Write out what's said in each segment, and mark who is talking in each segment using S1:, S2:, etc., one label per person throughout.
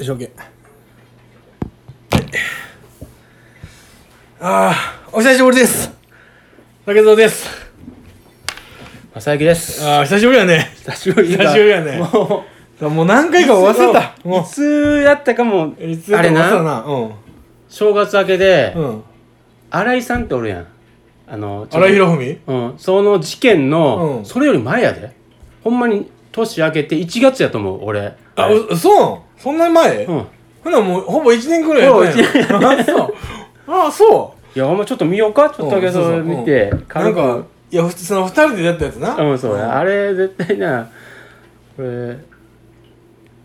S1: 一生懸命ああお久しぶりです武蔵です
S2: 正幸です
S1: ああ久しぶりやね
S2: 久しぶりだ
S1: 久しぶりやね
S2: も
S1: もう何回か
S2: う
S1: 忘れた
S2: もうい
S1: も
S2: つやったかも
S1: ういつか
S2: あれ
S1: 忘れた
S2: な
S1: なうん
S2: 正月明けで、
S1: うん
S2: 新井さんっておるやんあのちょっと
S1: 荒井博文
S2: うんその事件の、
S1: うん
S2: それより前やでほんまに年明けて1月やと思う俺
S1: あうそうそんな前
S2: うん
S1: ほなもうほぼ1年くらいやったんや あそうあそう
S2: いやほんまちょっと見ようかちょっとだけ
S1: うんそう
S2: そ
S1: そう
S2: れ見て
S1: な
S2: 軽
S1: ん
S2: く
S1: かいやふつその2人でやったやつな
S2: うんそうやあれ絶対なこれ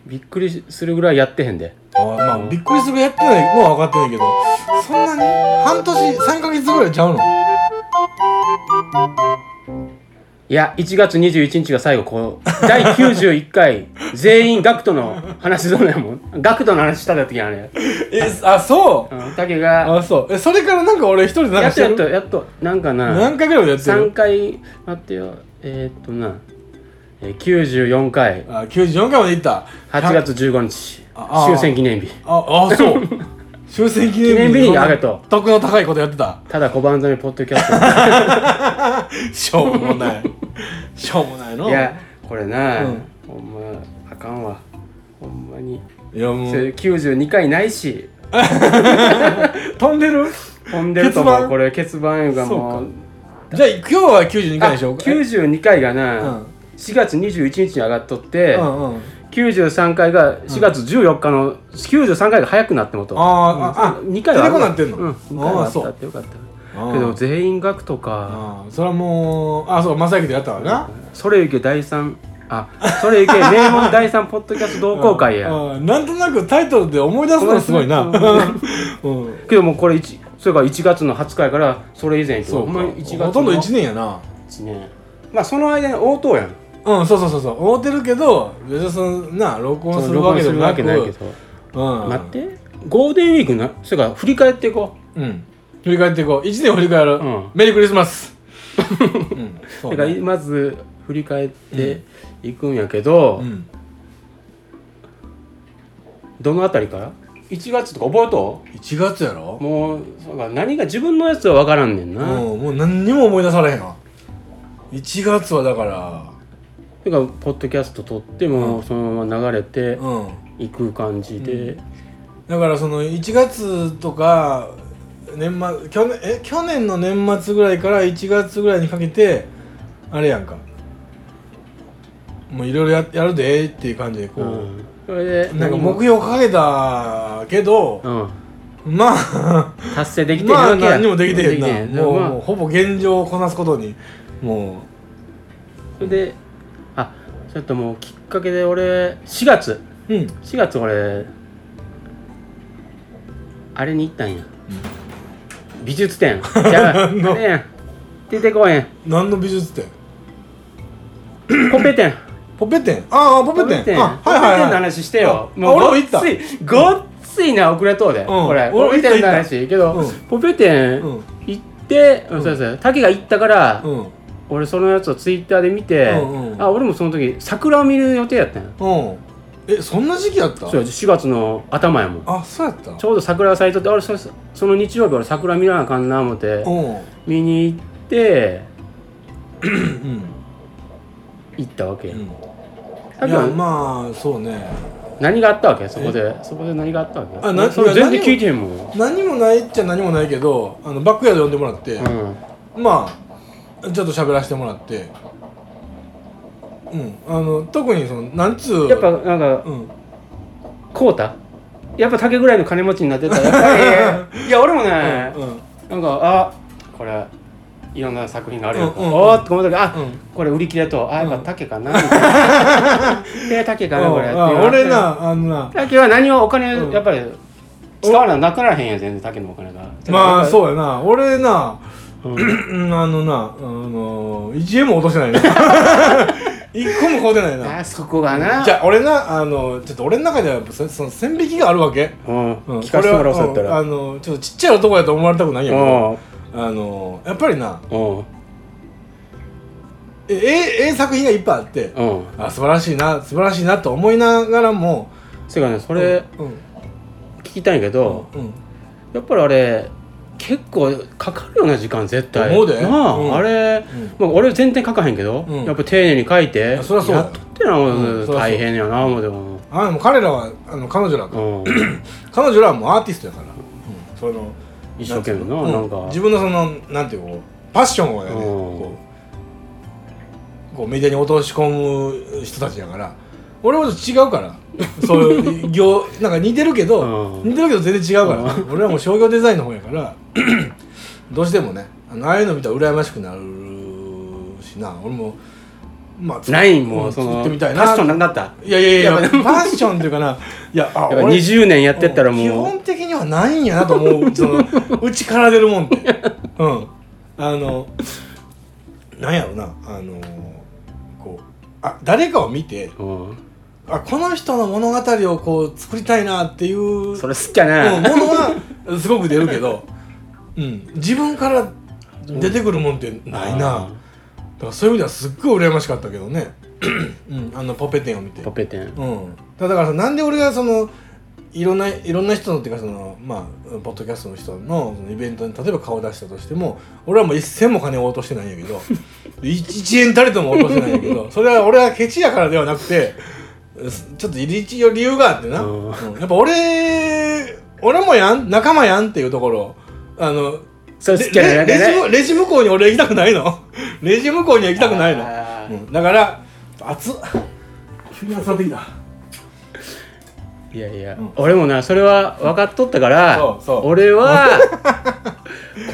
S2: びっくりするぐらいやってへんで
S1: あまあびっくりするぐらいやってないのは分かってないけどそんなに半年3ヶ月ぐらいちゃうの
S2: いや1月21日が最後こう 第91回全員ガクトの話どうなんやもんガクトの話した時やね
S1: えあそう
S2: うんタケが
S1: あそうえそれからなんか俺一人でなん
S2: や
S1: か
S2: っ
S1: して
S2: とやっと
S1: る
S2: やっとなんかな
S1: 何回ぐらいまでやって
S2: 3
S1: る
S2: 回待ってよえー、っとなえー94回
S1: あ94回までいった
S2: 8月15日
S1: ああ
S2: 終戦記念日
S1: ああそう終戦記念
S2: 記念
S1: 日
S2: 日に上げと
S1: 得の高いことやってた
S2: ただ小判ざめポッドキャス
S1: しょうもないしょうもないの
S2: トいやこれ
S1: う
S2: な、
S1: ん
S2: ほんまあかんわほんまに、
S1: いやも
S2: そう
S1: う
S2: いう92回ないし
S1: 飛んでる
S2: 飛んでると 思
S1: 欠
S2: う
S1: 番
S2: これ欠番がも
S1: そううじゃあ今日は92回でしょうか
S2: 92回が
S1: う
S2: な、
S1: ん
S2: 4月21日に上がっとって、
S1: うんうん
S2: 93回が4月14日の、93回が早くなってもと
S1: あーああ
S2: 2回は
S1: 出てこなってんの
S2: うん、2回は
S1: あー
S2: あった
S1: そう
S2: ってよかった
S1: あ
S2: けど
S1: ー
S2: 全員学とか
S1: あーそれはもうあそう正行でやったわな
S2: それゆけ第3あそれゆけ名門第3ポッドキャスト同好 会や
S1: うんなんとなくタイトルで思い出すのがすごいな
S2: う
S1: うん
S2: けどもうこれ一それが1月の20日やからそれ以前
S1: そう
S2: ほ
S1: か
S2: んまに1月の
S1: ほとんど1年やな
S2: 一年まあその間に応答やん
S1: うんそうそうそうそう思ってるけど別にそのな録音する
S2: 録
S1: わ
S2: 音
S1: け
S2: す
S1: で
S2: る
S1: も
S2: わ
S1: な
S2: け
S1: く
S2: ないけど
S1: うん
S2: 待ってゴールデンウィークなそれから振り返っていこう
S1: うん振り返っていこう1年を振り返る、
S2: ん
S1: メリークリスマ スうんそう
S2: だから
S1: ね
S2: まず振り返っていくんやけど、
S1: うん
S2: どのあたりから ?1 月とか覚えと
S1: 1月やろ
S2: うもうそうか何が自分のやつは分からんね
S1: う
S2: んな、
S1: んもう何にも思い出されへんわ1月はだから
S2: てかポッドキャスト撮ってもそのまま流れて
S1: うん
S2: いく感じで、
S1: だからその1月とか年末去年え去年の年末ぐらいから1月ぐらいにかけてあれやんかもういろいろややるでっていう感じでこ
S2: う
S1: う、
S2: んそれで
S1: なんか目
S2: 何も
S1: 標掲げたけど、
S2: うん、
S1: まあ
S2: 達成できてる
S1: まあ
S2: わけや、
S1: 何にもできてへんな
S2: できてへ
S1: もう,、
S2: まあ
S1: もうほぼ現状をこなすことにも
S2: それであちょっともうきっかけで俺4月
S1: ううん
S2: 4月俺あれに行ったんや、美術展 じゃああれやん出てこへん
S1: 何の美術展
S2: コペ展
S1: ポペ展ああポペ展あ
S2: コペ
S1: はいはい
S2: 展の
S1: はい
S2: 話してよ
S1: あ俺も行った
S2: ごっついごっついな遅れとうで、これ
S1: 俺
S2: コペ展の
S1: 行った行った
S2: 話けど、
S1: うん
S2: コペ展
S1: うん
S2: 行って、うん、そうそう竹が行ったから、
S1: うんうん
S2: 俺そのやつをツイッターで見て、
S1: うんうん
S2: あ俺もその時桜を見る予定やったんや
S1: えそんな時期やった
S2: そうや4月の頭やもん
S1: あそうやった
S2: ちょうど桜が咲いとって俺それその日曜日俺桜見なあかんな思って
S1: うん
S2: 見に行って
S1: うん
S2: 行ったわけ、
S1: うん
S2: タ
S1: い
S2: ケ
S1: や
S2: は
S1: まあそうね
S2: 何があったわけそこでそこで何があったわけ
S1: あな
S2: それ
S1: いや
S2: 全然聞いてへんもん、う
S1: 何もないっちゃ何もないけどあのバックヤード呼んでもらって、
S2: ん、
S1: まあちょっと喋らせてもらってうんあの特にそのなんつう
S2: やっぱなんか
S1: うん
S2: こうたやっぱ竹ぐらいの金持ちになってたらやっぱ りいや俺もね、
S1: うん
S2: なんかあこれいろんな作品があるやんか、
S1: うんうんうん
S2: おーって思った時あ、
S1: うん
S2: これ売り切れとあやっぱ竹かなみたいな で竹かなこれ
S1: あ
S2: って
S1: 俺なあのな
S2: 竹は何をお金、
S1: うん
S2: やっぱり使わななくならへんやん全然竹のお金が
S1: まあ
S2: う、
S1: そうやな俺な
S2: うん
S1: うんあのなあの1円も落としてないな 一個も買うてないな
S2: あそこがな
S1: じゃあ俺なあのちょっと俺の中ではやっぱそその線引きがあるわけ
S2: うん、
S1: うん
S2: 聞かせてもらおう
S1: こ
S2: そう
S1: れ
S2: やった
S1: は
S2: ら
S1: んあのちょっとちっちゃい男やと思われたくないんやけど
S2: う
S1: あのやっぱりなん
S2: うん
S1: ええええ作品がいっぱいあって
S2: うん
S1: あ素晴らしいな素晴らしいなと思いながらも
S2: せやからねそれ
S1: うん
S2: 聞きたいんやけど、
S1: うん
S2: やっぱりあれ結構かかるような時間絶対
S1: 思うで
S2: なあ、
S1: うん
S2: あれ、まあ、俺全然書かへんけど、
S1: うん
S2: やっぱ丁寧に書いて
S1: やそりゃそうだ
S2: や
S1: よ
S2: っとってな、
S1: うんそりゃそう
S2: 大変やな思うても、
S1: あでも彼らはあの彼女ら
S2: う
S1: か
S2: ん、
S1: 彼女らはもうアーティストやから、うん、その
S2: 一生懸命な
S1: うん
S2: なんか
S1: 自分のそのなんていうのこうパッションをね
S2: うん
S1: こうこうメディアに落とし込む人たちやから俺はちょっと違うからそういう 業なんか似てるけど、
S2: うん
S1: 似てるけど全然違うから、俺はもう商業デザインの方やから どうしてもねあのああいうの見たら羨ましくなるしな俺もまあ
S2: ない
S1: う
S2: も
S1: ん
S2: うそ
S1: 作っ
S2: の
S1: てみたい
S2: ファッ
S1: な
S2: ションなくなった
S1: いやいやいや
S2: やっ
S1: ファッションっていうかないやあ
S2: やっぱ
S1: 俺
S2: 20年やってったら
S1: 基
S2: もう
S1: 本的にはないんやなと思うそ のうちから出るもんってうんあのなんやろなあのこうあ誰かを見て
S2: う
S1: あこの人の物語をこう作りたいなっていううんも
S2: そ
S1: の
S2: れ好きやな、
S1: はすごく出るけど、うん、自分から出てくるもんってないな、だからそういう意味ではすっごい羨ましかったけどね、うん、あのポペテンを見て
S2: ポペテン
S1: うん、だだからさなんで俺がそのいろんないろんな人のっていうかそのまあポッドキャストの人のそのイベントに例えば顔出したとしても俺はもう一銭も金を落としてないんやけ ど一一円たりとも落としてないんやけどそれは俺はケチやからではなくてすちょっと一応理由があってな、
S2: うん
S1: うんやっぱ俺俺もやん仲間やんっていうところあの
S2: それ
S1: レ
S2: 好きやな
S1: レ
S2: なん
S1: レジ
S2: か
S1: 向
S2: ね
S1: レジ向こうに俺は行きたくないの レジ向こうには行きたくないの
S2: あー
S1: うんだから暑っ急に暑くなってきた
S2: いやいや、
S1: ん
S2: 俺もなそれは分かっとったから、
S1: そうそう
S2: 俺は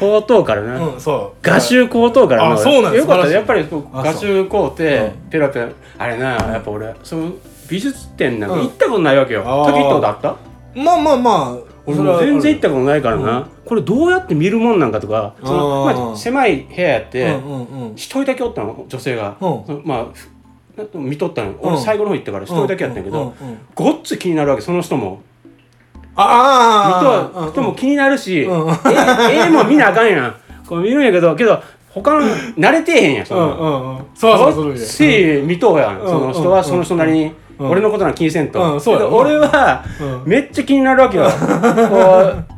S2: 高等からな、
S1: うんそう
S2: 画集高等から
S1: あそうなんです
S2: よか
S1: 素晴
S2: った
S1: らしい
S2: やっぱりこう
S1: あ
S2: 画集高って
S1: う
S2: ペラペラあれなやっぱ俺その美術展なんか
S1: うん
S2: 行ったことないわけよ、
S1: あー
S2: 時行ったことあった
S1: まあまあまあ
S2: 俺も全然行った
S1: こ
S2: ことないからな、
S1: うん
S2: これどうやって見るもんなんかとかその
S1: あー
S2: まあ、狭い部屋やって、
S1: うんうんうん
S2: 一人だけおったの女性が、
S1: うん
S2: そのまあふなんと見とったの
S1: う
S2: 俺
S1: ん
S2: 最後の方行ったから一人だけやったんやけど、
S1: うんうんうん
S2: ごっつ気になるわけその人も
S1: ああ
S2: 人人も気になるし、
S1: うん
S2: ええも見なあかんやんこう見るんやけどけど他の慣れてへんやんそ
S1: うんんう
S2: なん
S1: うんうんそうそうそう
S2: っせい見とうやん、
S1: うん
S2: その人はその人なりに、
S1: うん
S2: 俺のことなんか気にせんと、
S1: うんそうや
S2: けど俺は、
S1: うん
S2: めっちゃ気になる わけよ、こ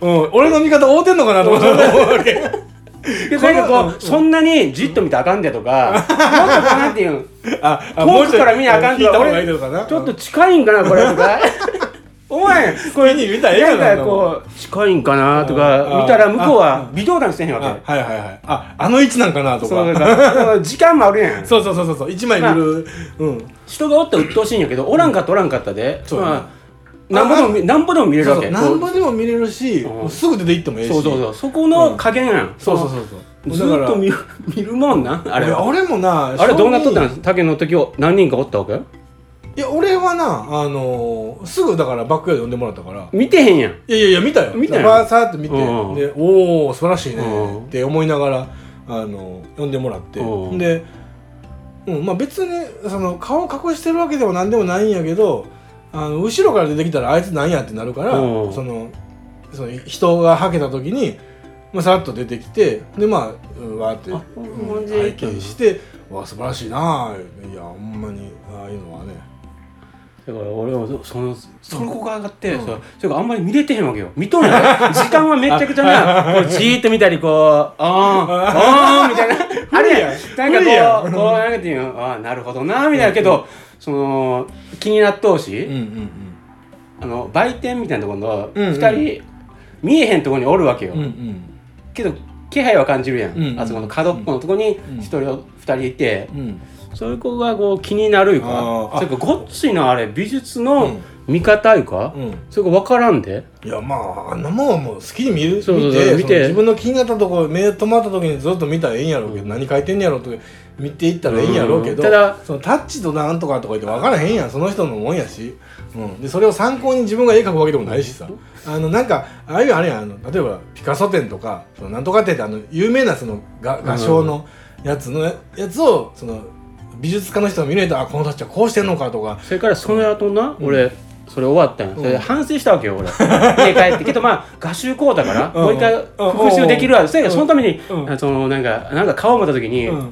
S1: うん俺の味方合うてんのかなと思ったわけ
S2: うでなんかこう、そんなにじっと見てあかんで とか、もっとかなっていうん
S1: ああ
S2: 遠くから見なあかんって
S1: 聞い
S2: 言ったた
S1: 方
S2: ら
S1: がいいのかな
S2: ちょっと近いんかなこれ とかお前これ
S1: 見に見たらええやろ
S2: なんかこう近いんかなとか
S1: うん
S2: 見たら向こうは微動だにしてへん
S1: あ
S2: わけ
S1: はいはいはいああの位置なんかなと
S2: そうだ
S1: か
S2: から時間もあるやん
S1: そうそうそうそうそう一枚見るうん
S2: 人がおったら鬱陶しいんやけどおらんかったらおらんかったで
S1: そうやな
S2: まあなんぼでも見なんぼでも見れるわけ
S1: そうそうなんぼでも見れるし
S2: うん
S1: もうすぐ出て行ってもええし
S2: そうそうそうそこの加減やん
S1: そうそうそうそう
S2: ずっ
S1: だから
S2: と見る見るもんなあれ
S1: いや
S2: は
S1: 俺もな
S2: あれどうなっとった
S1: の
S2: ん竹の時を何人かおったわけ
S1: いや俺はなあのーすぐだからバックヤード呼んでもらったから
S2: 見てへんやん
S1: いやいやいや見たよ
S2: 見たよ
S1: バーサーって見て
S2: うん
S1: でおお素晴らしい
S2: うん
S1: ねって思いながらあの呼んでもらって
S2: うん
S1: でうんまあ別にその顔隠してるわけでも何でもないんやけどあの後ろから出てきたらあいつなんやってなるから
S2: うん
S1: そのその人がはけた時にまあさらっと出てきてでまあうんわーって
S2: あ
S1: うん
S2: ほんで
S1: 拝見してわあ素晴らしいなあいやほんまにああいうのはね
S2: だから俺はそそのそこが上がって、そうそれがあんまり見れてへんわけよ見とん やん時間はめちゃくちゃなこうじーっと見たりこう「あーあー」みたい なあれやん
S1: 古い
S2: な
S1: や
S2: ん
S1: ん
S2: かこうこうなんかっていうのああなるほどなみたいなけど、その気になっとうし、
S1: うんうん
S2: あの売店みたいなところの
S1: うんうん
S2: 2人、見えへんところにおるわけよ、
S1: うんうん
S2: けど気配は感じるやん、
S1: うんうん
S2: あそこの角っこのとこに1人2人いて、
S1: うんうん
S2: そういう子がこう気になるいう
S1: あ
S2: か
S1: ーあ
S2: それかごっついなあれ美術
S1: う
S2: の
S1: ん
S2: 見方いうか、
S1: うん
S2: それが分からんで
S1: いやまああんなもんはもう好きに見る
S2: そうそう
S1: 見
S2: そう
S1: て
S2: 見て
S1: その自分の気になったとこ目止まった時にずっと見たらええんやろうけど、何書いてんやろうと見ていったらええんやろうけど、
S2: うんただ
S1: そのタッチとなんとかとか言って分からへんやんその人のもんやし、うん、でそれを参考に自分が絵描くわけでもないしさあのなんかああいうあれやんあの例えばピカソ展とかそのなんとか展ってあの有名なその画画商のやつのややつをその美術家の人が見ないとあこのタッチはこうしてんのかとか
S2: それからその後な、俺それ終わったんや、それ
S1: うん
S2: 反省したわけよ 俺家帰ってけどまあ画集こうだから
S1: うん
S2: もう一回復習できるわそれからそのために、
S1: うん
S2: あそのなんかなんか顔を持った時
S1: う
S2: に、
S1: んうん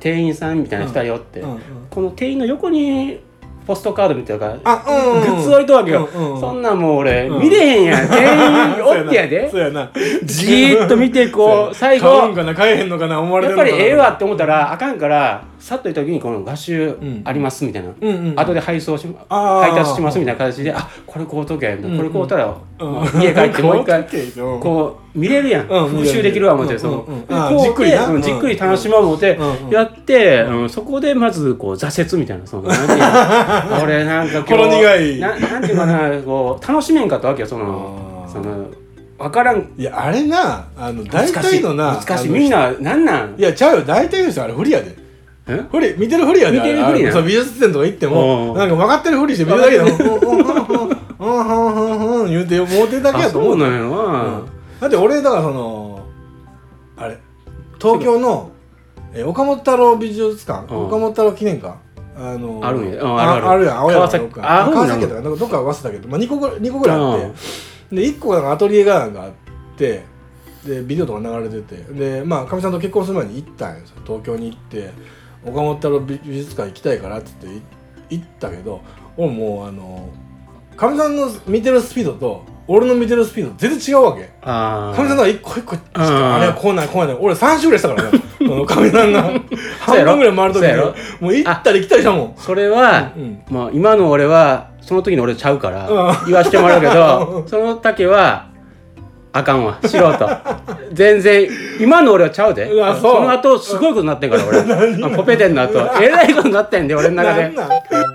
S2: 店員さんみたいな人がよって、
S1: うん
S2: この店員の横にポストカードみたいなのが
S1: あうんうん
S2: グッズ置いとるわけよ、
S1: うんうん
S2: そんなんもう俺、
S1: うん
S2: 見れへんやん全員おってや で
S1: そうやな
S2: じーっと見てこう
S1: 買
S2: 最
S1: う
S2: 後
S1: んかな買えへんのかな思われ
S2: や
S1: て
S2: っ
S1: るの
S2: ぱ
S1: か
S2: り
S1: な
S2: ええわって思ったらあかんからさっと言った時にこの画集ありますみたいな、
S1: うんうん
S2: 後で配送し
S1: あー
S2: 配達しますみたいな形であこれ買うとけ、
S1: んうん
S2: これ買うたら、
S1: うん
S2: まあ家帰ってもう一
S1: 買
S2: 回
S1: うとけうん
S2: こう見れるやん、
S1: うん
S2: 復習できるわ思って、
S1: うん
S2: その、
S1: うんうん
S2: で
S1: あー
S2: こう
S1: じっくりな
S2: うんじっくり楽しもう思って、
S1: うんうん
S2: やって、うんそこでまずこう挫折みたいなそのなんてい うの俺なんか
S1: ほろ苦い
S2: ななんていうかなこう楽しめんかったわけよその
S1: あー
S2: その分からん
S1: いやあれなあの
S2: 難
S1: 大
S2: しい
S1: 体のな
S2: 難しい
S1: あの
S2: みんななんなん
S1: いやちゃうよ大体の人あれ不利やで
S2: え
S1: 不利見てる不利やで
S2: 見てる
S1: あれ
S2: 不利なの
S1: そう美術展とか行って
S2: う
S1: も
S2: ん
S1: なんか分かってるふりして見るだけでもうんうんうんうんうんうん言うてもうてるだけ
S2: あ
S1: やと思
S2: そううなんや
S1: うん
S2: な
S1: だって俺だからそのあれ東京のえ岡本太郎美術館
S2: うん
S1: 岡本太郎記念館あの
S2: あるんやうんあるある
S1: あるやん青山
S2: 川崎
S1: どっか
S2: あ
S1: 川崎
S2: そ
S1: や
S2: う
S1: った
S2: な
S1: かなどっか忘れたけど、まあ、2, 個ぐらい2個ぐらいあってで1個なんかアトリエがなんかあってでビデオとか流れててでまあかみさんと結婚する前に行ったんよ東京に行って岡本太郎美術館行きたいからっつってい行ったけど俺もうあのかみさんの見てるスピードと俺の見てるスピード全然違うわけ
S2: あー
S1: かみさんのは一個一個し
S2: うんうん
S1: かあれはこうないこうない俺3周ぐらいした からねそのかみさんが
S2: そう
S1: 半
S2: やろ
S1: 分ぐらい回るとき
S2: そうやろ
S1: にもう行ったり来たりしたもん
S2: それは、
S1: うん
S2: まあ、今の俺はその時の俺ちゃうから
S1: う
S2: 言わしてもらうけ どその時はあかんわ素人全然今の俺はちゃうで
S1: うわそう
S2: の後すごいことになってんから俺あポペテンの後えらいことになってんで俺の中
S1: なん
S2: で
S1: なん